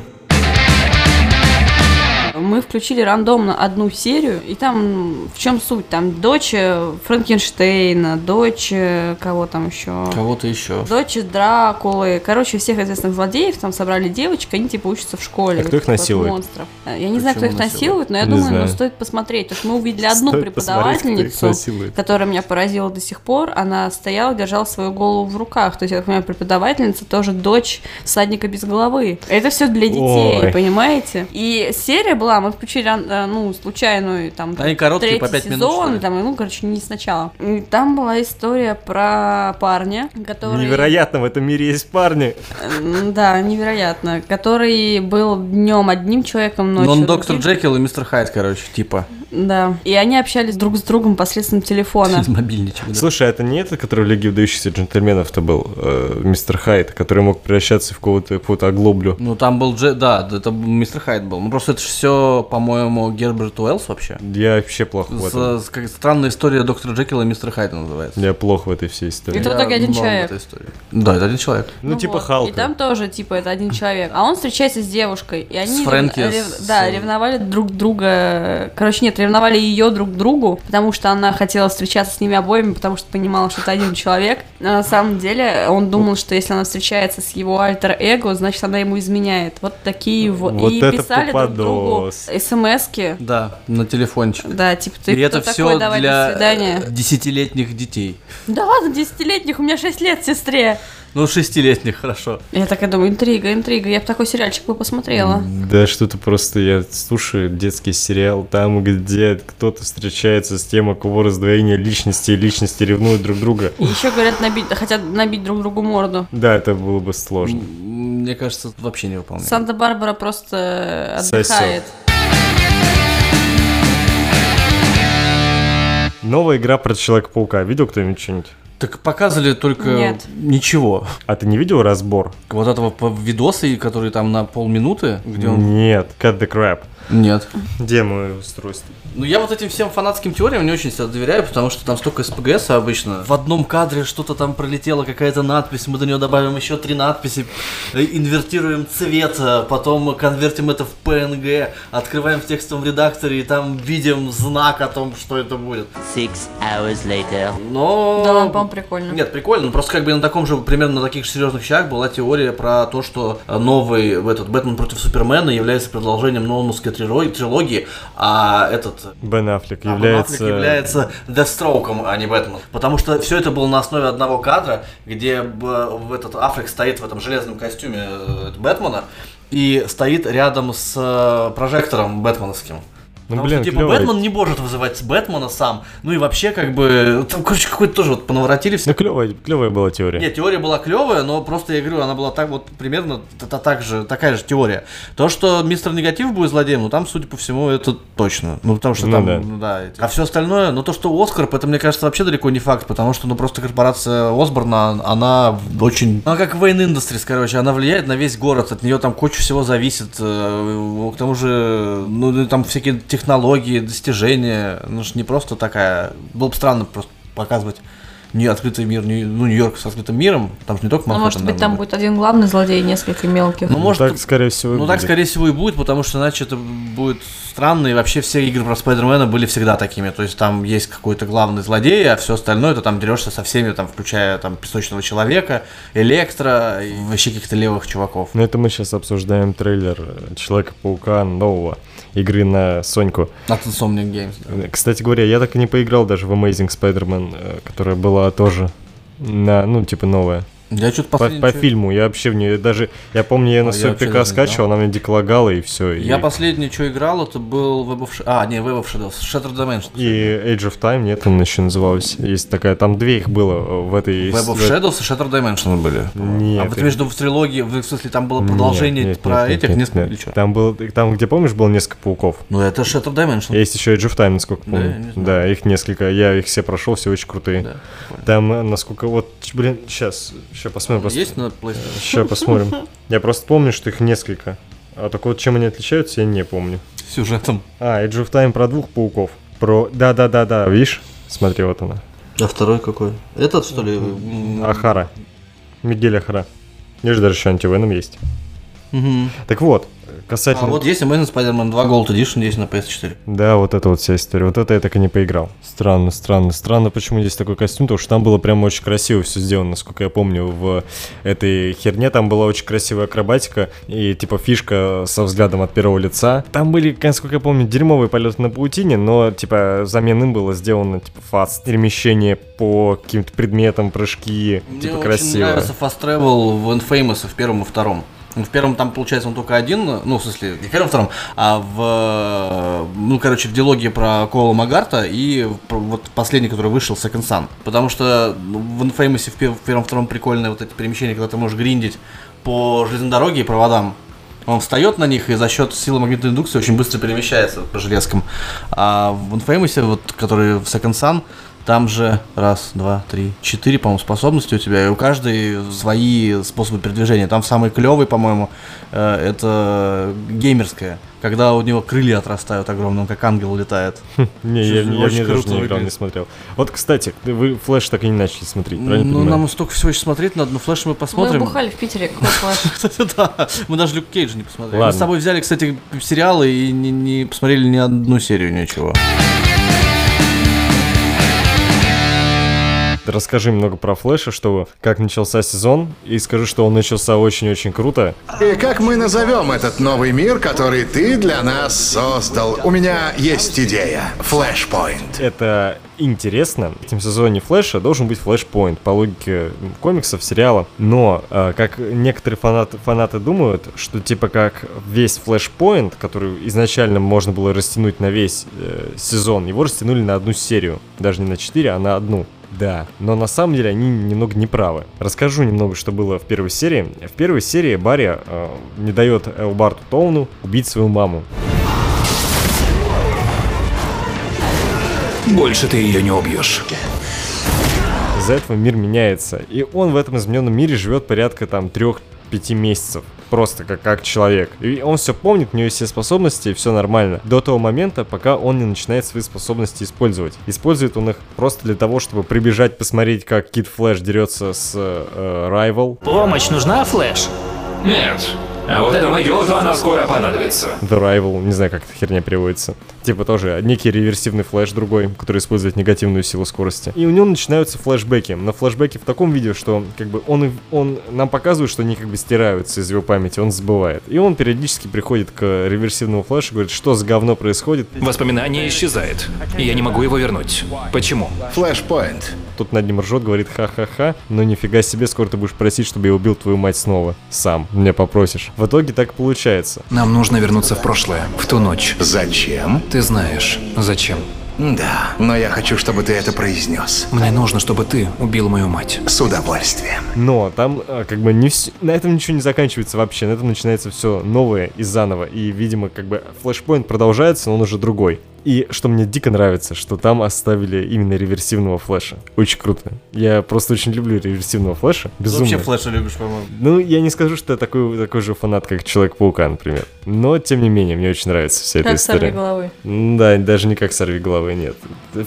Мы включили рандомно одну серию, и там в чем суть? Там дочь э, Франкенштейна, дочь э, кого там еще?
Кого-то еще.
Дочь Дракулы, короче, всех известных злодеев там собрали девочек, они типа учатся в школе.
А кто их
Вот этих вот
насилует?
Монстров. Э, Я не знаю, кто
Почему
их насилует, но я
Не
думаю,
знаю.
ну, стоит посмотреть, потому что мы увидели одну
Стоит посмотреть, кто их
преподавательницу,
насилует.
которая меня поразила до сих пор. Она стояла, держала свою голову в руках. То есть, я так понимаю, преподавательница тоже дочь всадника без головы. Это все для детей,
Ой.
понимаете? И серия была, мы включили, а, ну, случайную там
Они короткие, по пять
третий
минут,
сезон,
что ли?
там, ну, короче, не сначала. И там была история про парня, который... э,
Невероятно, в этом мире есть парни.
М, Да, невероятно. Который был днем одним человеком, ночью
Но он доктор
другим.
Джекил и мистер Хайд, короче, типа.
Да. И они общались друг с другом посредством телефона.
Из мобильничек, да.
Слушай, а это не этот, который в Лиге выдающихся джентльменов-то был, э, мистер Хайд, который мог превращаться в кого-то, какую-то оглоблю.
Ну, там был Дже... Да, да, это мистер Хайд был. Ну, просто это все, по-моему, Герберт Уэллс вообще.
Я вообще плох в этом.
С- с- как- странная история доктора Джекила и мистера Хайда называется.
Я плох в этой всей истории.
Это в итоге
Я
один
мало в
человек.
этой истории. Да, это один человек.
Ну, типа
вот.
Халка.
И там тоже, типа, это один человек. А он встречается с девушкой. И они рев-
Фрэнки,
рев-
с-
да, ревновали друг друга. Короче, нет, ревновали ее друг к другу, потому что она хотела встречаться с ними обоими, потому что понимала, что это один человек. А на самом деле он думал, что если она встречается с его альтер-эго, значит она ему изменяет. Вот такие вот.
Вот
и
это
писали
попадос.
друг другу смс-ки.
Да, на телефончик.
Да, типа, ты
И это
кто
все
такой, давай, до
для
свидания.
э, десятилетних детей.
Да ладно, десятилетних, у меня 6 лет, сестре.
Ну, шестилетних, хорошо.
Я такая думаю, интрига, интрига, я бы такой сериальчик бы посмотрела.
Да что-то просто я слушаю детский сериал, там, где кто-то встречается с тем, у кого раздвоение личности, и личности ревнуют друг друга.
И еще говорят, набить, хотят набить друг другу морду.
Да, это было бы сложно.
М, Мне кажется, это вообще не выполняем.
Санта-Барбара просто
Сосёт.
отдыхает.
Новая игра про Человека-паука. Видел кто-нибудь что-нибудь?
Так показывали только
Нет.
ничего.
А ты не видел разбор?
Вот этого по- видоса, и который там на полминуты, где он...
Нет, Cut the Crap.
Нет.
Где мое устройство?
Ну, я вот этим всем фанатским теориям не очень себя доверяю, потому что там столько СПГС обычно. В одном кадре что-то там пролетело, какая-то надпись, мы до нее добавим еще три надписи, э, инвертируем цвет, э, потом конвертим это в PNG, открываем в текстовом редакторе и там видим знак о том, что это будет.
Six hours later.
Но...
Да ладно, по-моему, прикольно.
Нет, прикольно. ну, Просто как бы на таком же, примерно на таких же серьезных вещах была теория про то, что э, новый в этот Бэтмен против Супермена является продолжением Нолановской трилогии, трилогии, а этот
Бен Аффлек
а Бен
является...
Аффлек является Дестроуком, а не Бэтмен. Потому что все это было на основе одного кадра, где б- в этот Аффлек стоит в этом железном костюме э, Бэтмена и стоит рядом с э, прожектором бэтменовским.
Ну,
Потому
блин,
что, типа,
клёво.
Бэтмен не может вызывать Бэтмена сам. Ну и вообще, как бы, там, короче, какой-то тоже вот понаворотили все.
Ну, клевая, клевая была теория.
Нет, теория была клевая, но просто я говорю, она была так вот примерно это так же, такая же теория. То, что мистер негатив будет злодеем, ну там, судя по всему, это точно. Ну потому что
Ну
там,
да.
ну да. эти- А все остальное, ну то, что Оскар, это мне кажется вообще далеко не факт, потому что ну просто корпорация Осборна, она очень. Она Ну, а как Вейн Industries, короче, она влияет на весь город, от нее там куча всего зависит. э, К тому же, ну там всякие технологии, достижения. Ну ж не просто такая. Было бы странно просто показывать не открытый мир, не, ну, Нью-Йорк с открытым миром, там же не только
Ну,
Манхэттен.
может быть, там
наверное,
будет один главный злодей и несколько мелких.
Ну,
Ну,
может,
так, скорее всего, и
Ну, так,
будет.
скорее всего, и будет, потому что иначе это будет странно, и вообще все игры про Спайдермена были всегда такими. То есть там есть какой-то главный злодей, а все остальное, ты там дерешься со всеми, там, включая там Песочного Человека, Электро, и вообще каких-то левых чуваков.
Ну, это мы сейчас обсуждаем трейлер э, Человека-паука нового. Игры на Соньку.
На Insomniac Games. да.
Кстати говоря, я так и не поиграл даже в Amazing Spider-Man, э, которая была тоже на, ну, типа новая.
Я что-то
По,
последний...
по
чё-
фильму. Я вообще в нее даже... Я помню, я ее на
А, я
свой
вообще
ПК
даже не
скачивал, она мне деклагала и все.
Я
и...
последний, что играл, это был Web of Sh- А, не, Web of Shadows, Shattered Dimension.
И Age of Time, нет, она еще называлась. Есть такая, там две их было э, в этой...
Web of
в этой-
Shadows и Shattered Dimension были.
Нет,
а вот между в трилогии, в в смысле, там было
э, Нет,
продолжение
нет,
про
нет, нет,
этих
нет,
несколько
нет.
или чё?
Там, был, там, где, помнишь, было несколько пауков?
Ну это Shattered Dimension.
Есть еще Age of Time, насколько помню.
я не
Да, их несколько. Я их все прошел, все очень крутые.
Да,
Там, э, насколько вот, ч- блин, сейчас, сейчас посмотрим. Просто...
Есть на PlayStation?
Сейчас посмотрим. Я просто помню, что их несколько. А только вот чем они отличаются, я не помню.
Сюжетом.
А, Age of Time про двух пауков. Про... Да-да-да-да, видишь? Смотри, вот она.
А второй какой? Этот, что ли? М,
Ахара. Мигель Ахара. Видишь, даже еще антивеном есть.
мгм.
Так вот,
А
касательно...
вот есть Amazing Spider-Man 2 Gold Edition, есть на PS4.
Да, вот это вот вся история. Вот это я так и не поиграл. Странно, странно, странно, почему здесь такой костюм, потому что там было прям очень красиво все сделано, насколько я помню, в этой херне там была очень красивая акробатика и типа фишка со взглядом от первого лица. Там были, насколько я помню, дерьмовые полеты на паутине, но типа замены было сделано типа фаст, перемещение по каким-то предметам, прыжки, типа
Мне очень
красиво.
нравится Fast Travel в Infamous в первом и втором. В первом там, получается, он только один, ну, в смысле, не в первом, втором, а в, э, ну, короче, в диалоге про Коула Магарта и в- про- вот последний, который вышел, Second Sun. Потому что ну, в Infamous в пе- в первом-втором прикольные вот эти перемещения, когда ты можешь гриндить по железной дороге и проводам. Он встает на них и за счет силы магнитной индукции очень быстро перемещается по железкам. А в Infamous, вот, который в Second Sun, там же раз, два, три, четыре, по-моему, способности у тебя, и у каждой свои способы передвижения. Там самый клевый, по-моему, э, это геймерская, когда у него крылья отрастают огромные, он как ангел летает.
Не, я,
Очень
я в неё даже
круто
не играл, не
выглядит.
смотрел. Вот, кстати, вы флэш так и не начали смотреть, правильно
Ну,
понимаю?
нам столько всего еще смотреть надо, но флеш мы посмотрим.
Мы бухали в Питере, какой флеш.
Кстати, да. Мы даже Люк Кейджа не посмотрели. Мы
Ладно.
с тобой взяли, кстати, сериалы и не, не посмотрели ни одну серию, ничего.
Расскажи немного про Флэша, что как начался сезон, и скажи, что он начался очень-очень круто.
И как мы назовем этот новый мир, который ты для нас создал? У меня есть идея. Флэшпоинт.
Это интересно. В этом сезоне Флэша должен быть флэшпоинт по логике м, комиксов, сериала. Но, э, как некоторые фанаты, фанаты думают, что типа как весь флэшпоинт, который изначально можно было растянуть на весь э, сезон, его растянули на одну серию. Даже не на 4, а на одну. Да, но на самом деле они немного неправы. Расскажу немного, что было в первой серии. В первой серии Барри э, не дает Элбарту Тоуну убить свою маму.
Больше ты ее не убьешь.
Из-за этого мир меняется. И он в этом измененном мире живет порядка там 3-5 месяцев. Просто как, как человек. И он все помнит, у него есть все способности, и все нормально. До того момента, пока он не начинает свои способности использовать. Использует он их просто для того, чтобы прибежать, посмотреть, как Кит Флэш дерется с э, Rival.
Помощь нужна, Флэш?
Нет. А вот этому идиоту она скоро понадобится.
The Rival, не знаю, как эта херня переводится. Типа тоже некий реверсивный флеш другой, который использует негативную силу скорости. И у него начинаются флешбеки. Но флешбеки в таком виде, что как бы он, и- он нам показывает, что они как бы стираются из его памяти, он забывает. И он периодически приходит к реверсивному флешу и говорит, что за говно происходит.
Воспоминание исчезает. И я не могу его вернуть. Почему?
Флэшпоинт.
Тут над ним ржет, говорит ха-ха-ха, но нифига себе, скоро ты будешь просить, чтобы я убил твою мать снова. Сам, меня попросишь. В итоге так и получается.
Нам нужно вернуться в прошлое, в ту ночь.
Зачем?
Ты знаешь, зачем.
Да, но я хочу, чтобы ты это произнес.
Мне нужно, чтобы ты убил мою мать.
С удовольствием.
Но там э, как бы не вс- на этом ничего не заканчивается вообще, на этом начинается все новое и заново. И, видимо, как бы флешпоинт продолжается, но он уже другой. И что мне дико нравится, что там оставили именно реверсивного флеша. Очень круто. Я просто очень люблю реверсивного флеша.
Ты
Безумно.
Ну, вообще флеша любишь, по-моему.
Ну, я не скажу, что я такой, такой же фанат, как Человек-паука, например. Но, тем не менее, мне очень нравится вся эта
Как
история.
сорви головы.
М, Да, даже не как сорви головы, нет.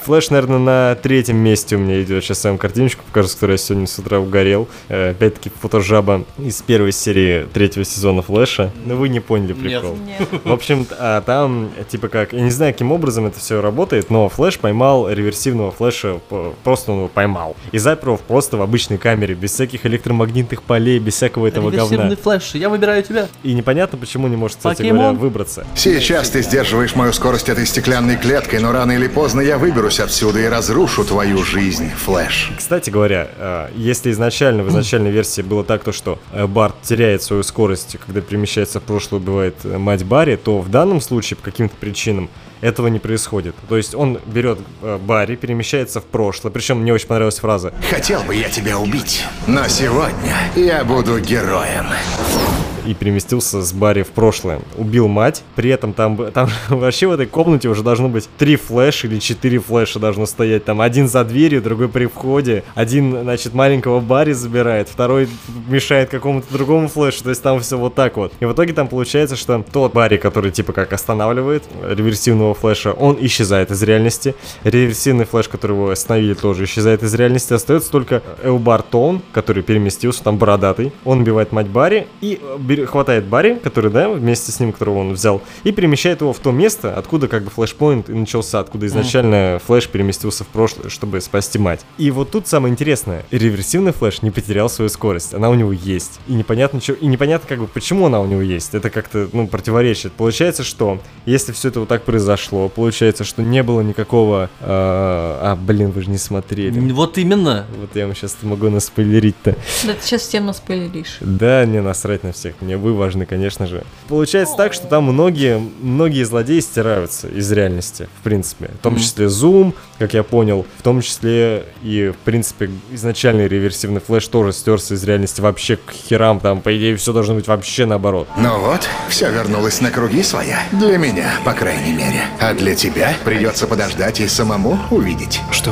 Флэш, наверное, на третьем месте у меня идет. Сейчас я вам картиночку покажу, с которой я сегодня с утра угорел. Э, Опять-таки, фотожаба из первой серии третьего Ну, сезона Флэша. Но вы не поняли прикол. В общем, а там, типа как, я не знаю, каким образом это все работает, но Флэш поймал реверсивного Флэша, п- просто он его поймал. И запер его просто в обычной камере, без всяких электромагнитных полей, без всякого этого говна.
Реверсивный флеш, я выбираю тебя.
И непонятно, почему не может, кстати
Покемон.
говоря, выбраться.
Сейчас ты сдерживаешь мою скорость этой стеклянной клеткой, но рано или поздно я выберусь отсюда и разрушу твою жизнь, Флэш.
Кстати говоря, э, если изначально в изначальной версии было так, то что э, Барт теряет свою скорость, когда перемещается в прошлое, убивает э, мать Барри, то в данном случае по каким-то причинам этого не происходит. То есть он берет э, Барри, перемещается в прошлое. Причем мне очень понравилась фраза
Хотел бы я тебя убить, но сегодня я буду героем.
и переместился с Барри в прошлое. Убил мать, при этом там, б- там вообще в этой комнате уже должно быть три флеша или четыре флеша должно стоять. Там один за дверью, другой при входе. Один, значит, маленького Барри забирает, второй мешает какому-то другому флешу. То есть там все вот так вот. И в итоге там получается, что тот Барри, который типа как останавливает э, реверсивного флеша, он исчезает из реальности. Реверсивный флеш, который его остановили, тоже исчезает из реальности. Остается только Элбар Тон, который переместился, там бородатый. Он убивает мать Барри и э, бере- хватает Барри, который, да, вместе с ним, которого он взял, и перемещает его в то место, откуда как бы флешпоинт и начался, откуда изначально флеш переместился в прошлое, чтобы спасти мать. И вот тут самое интересное. Реверсивный флеш не потерял свою скорость. Она у него есть. И непонятно, чё- и непонятно как бы, почему она у него есть. Это как-то, ну, противоречит. Получается, что если все это вот так произошло, получается, что не было никакого... э, а, блин, вы же не смотрели.
М, Вот именно.
Вот я вам сейчас могу наспойлерить-то.
Да ты сейчас всем наспойлеришь.
Да, не насрать на всех, мне вы важны, конечно же. Получается так, что там многие, многие злодеи стираются из реальности, в принципе. В том числе Зум, как я понял, в том числе и, в принципе, изначальный реверсивный флеш тоже стерся из реальности вообще к херам, там, по идее, все должно быть вообще наоборот.
Ну вот, все вернулось на круги своя. Для меня, по крайней мере. А для тебя придется подождать и самому увидеть.
Что?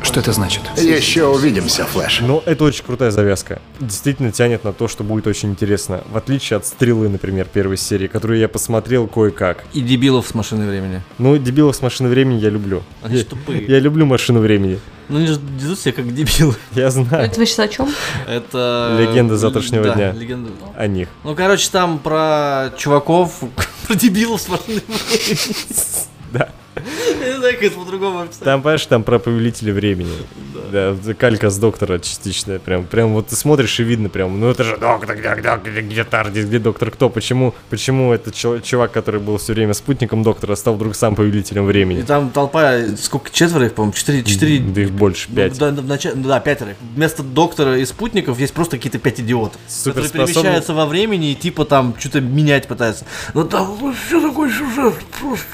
Что это значит?
Еще увидимся, Флэш.
Но это очень крутая завязка. Действительно тянет на то, что будет очень интересно. В отличие от «Стрелы», например, первой серии, которую я посмотрел кое-как.
И дебилов с машины времени.
Ну, «Дебилов с машины времени» я люблю.
Они же
Я-
тупые.
Я люблю «Машину времени».
Ну они же ведут себя как дебилы.
Я знаю.
Это вы сейчас о чем?
Это... э,
Легенда завтрашнего
Да,
дня.
легенда.
о них.
Ну, короче, там про чуваков, про дебилов с машины времени.
Да.
Я не знаю, как это по-другому описать.
Там, понимаешь, там про повелителя времени. Да. калька с доктора частичная. Прям, прям вот ты смотришь и видно прям, ну это же доктор, где, где, где, где Тардис, где доктор кто? Почему, почему этот чел- чувак, который был все время спутником доктора, стал вдруг сам повелителем
И
времени?
там толпа, сколько, четверо их, по-моему, четыре, четыре...
Да их больше, пять.
Ну Да, да, внач- да, пятеро. Вместо доктора и спутников есть просто какие-то пять идиотов, которые
Суперспособные.
перемещаются во времени и типа там что-то менять пытаются. Ну там ну, все такой сюжет просто.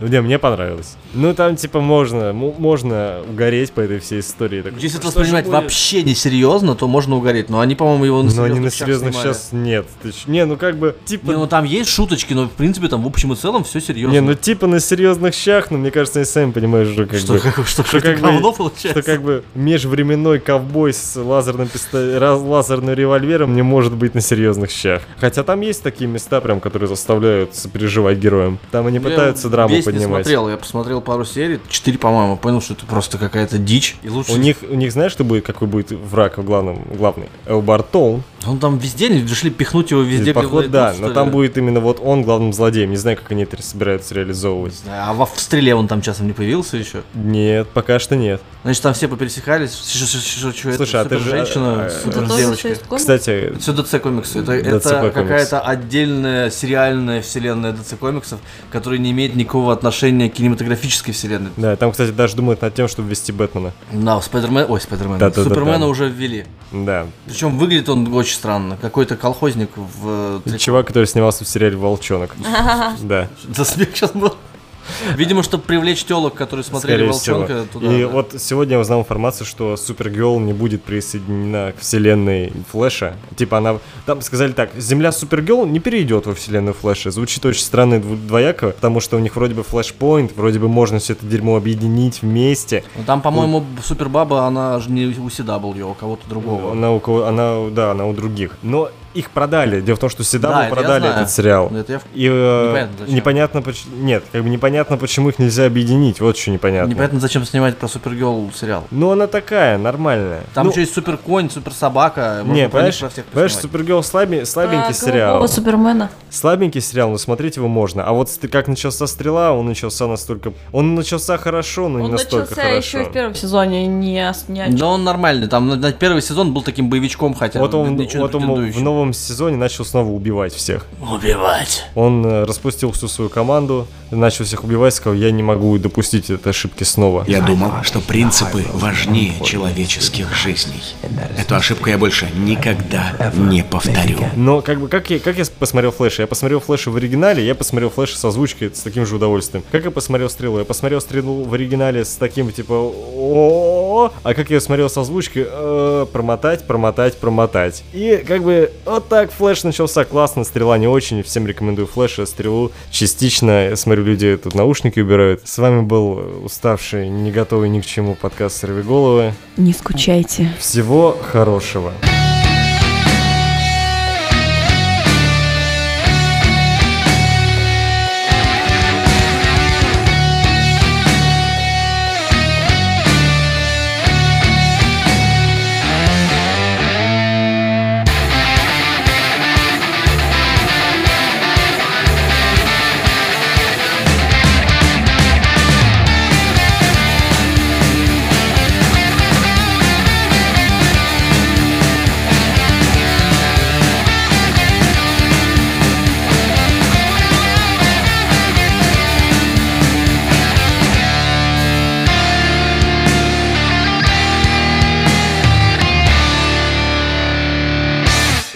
Не, мне понравилось. Ну там типа можно, м- можно угореть по этой всей истории. Так,
Если это
Ну, что же
воспринимать
будет?
вообще несерьезно, то можно угореть. Но они, по-моему, его на
Но они на
щах
серьезных
снимали.
сейчас нет. Ты ч- Не, ну как бы типа.
Не, ну там есть шуточки, но в принципе там в общем и целом все серьезно.
Не, ну типа на серьезных щах, но мне кажется, они сами понимают, что как
Что,
бы...
как- что какое-то
как бы-
говно получается.
Что как бы межвременной ковбой с лазерным, писто- раз- лазерным револьвером не может быть на серьезных щах. Хотя там есть такие места, прям, которые заставляют сопереживать героям. Там они
Я
пытаются драму
весь Не
поднимать.
смотрел, я посмотрел пару серий, четыре, по-моему, понял, что это просто какая-то дичь. И лучше.
У них, у них знаешь, что будет, какой будет враг в главном, главный? Э, Элбар Толн.
Он там везде не решили пихнуть его везде. ну, где
Э, Поход,
найдут,
да,
что
но
ли?
там будет именно вот он главным злодеем. Не знаю, как они это собираются реализовывать.
А во в стреле он там часом не появился еще.
Нет, пока что нет.
Значит, там все попересекались. Ш- ш- ш- ш- это
Слушай, а ты же-
женщина
а-
с
а-
Это тоже
девочкой.
через комикс?
Кстати,
Все DC комиксы. Это,
DC
это
комиксы.
какая-то отдельная сериальная вселенная DC комиксов, которая не имеет никакого отношения к кинематографической вселенной.
да, там, кстати, даже думают над тем, чтобы ввести Бэтмена.
Да, Спайдермен, ой, Спайдермен,
Да-да-да-да.
Супермена уже ввели.
Да.
Причем выглядит он очень странно. Какой-то колхозник в... э,
Чувак, который снимался в сериале Волчонок. Да.
Да смех сейчас был. Видимо, чтобы привлечь телок, которые смотрели
Скорее всего.
Волчонка туда.
И
да.
вот сегодня я узнал информацию, что Супергерл не будет присоединена к вселенной Флэша. Типа она... Там сказали так, Земля Супергерл не перейдет во вселенную Флэша. Звучит очень странно и дву- двояко, потому что у них вроде бы Флэшпоинт, вроде бы можно все это дерьмо объединить вместе.
Ну, Там, по-моему,
Ну,
Супербаба, она же не у CW, а у кого-то другого.
Она у кого... Она, да, она у других. Но их продали. Дело в том, что CW
Да, это я
продали
знаю. Ну,
этот сериал.
Это я в-
И э,
Непонятно зачем.
непонятно поч- Нет, как бы непонятно, почему их нельзя объединить. Вот что непонятно.
Непонятно, зачем снимать про Супергел сериал.
Ну, она такая, нормальная.
Там
ну,
еще есть супер конь, супер собака.
не, понимаешь,
про всех
понимаешь,
поснимать.
Супергерл слаби- слабенький
А,
Про
сериал.
голубого Супермена.
Слабенький сериал, но смотреть его можно. А вот ст- как начался «Стрела», он начался настолько... Он начался хорошо, но не
Он
настолько
начался
хорошо.
еще и в первом сезоне, не, ос- не о чём.
Да он нормальный, там на- на первый сезон был таким боевичком хотя бы.
Вот он,
ничего не
вот он в
претендующим.
новом сезоне начал снова убивать всех.
Убивать.
Он э, распустил всю свою команду, начал всех убивать, сказал, я не могу допустить этой ошибки снова.
Я думал, что принципы важнее человеческих жизней. Эту ошибку я больше никогда не повторю.
Но как бы как я, как я посмотрел Флэша? Я посмотрел Флэша в оригинале, я посмотрел Флэша с озвучкой с таким же удовольствием. Как я посмотрел Стрелу? Я посмотрел Стрелу в оригинале с таким типа о а как я смотрел с озвучкой э, промотать, промотать, промотать. И как бы вот так Флэш начался классно, Стрела не очень. Всем рекомендую Флэша, Стрелу частично. Я смотрю, люди тут наушники убирают. С вами был э, уставший, не готовый ни к чему подкаст «Сорви головы».
Не скучайте.
Всего хорошего.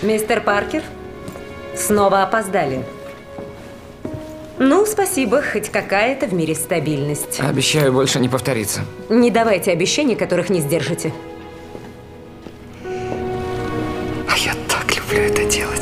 Мистер Паркер, снова опоздали. Ну, спасибо, хоть какая-то в мире стабильность.
Обещаю больше не повториться.
Не давайте обещаний, которых не сдержите.
А я так люблю это делать.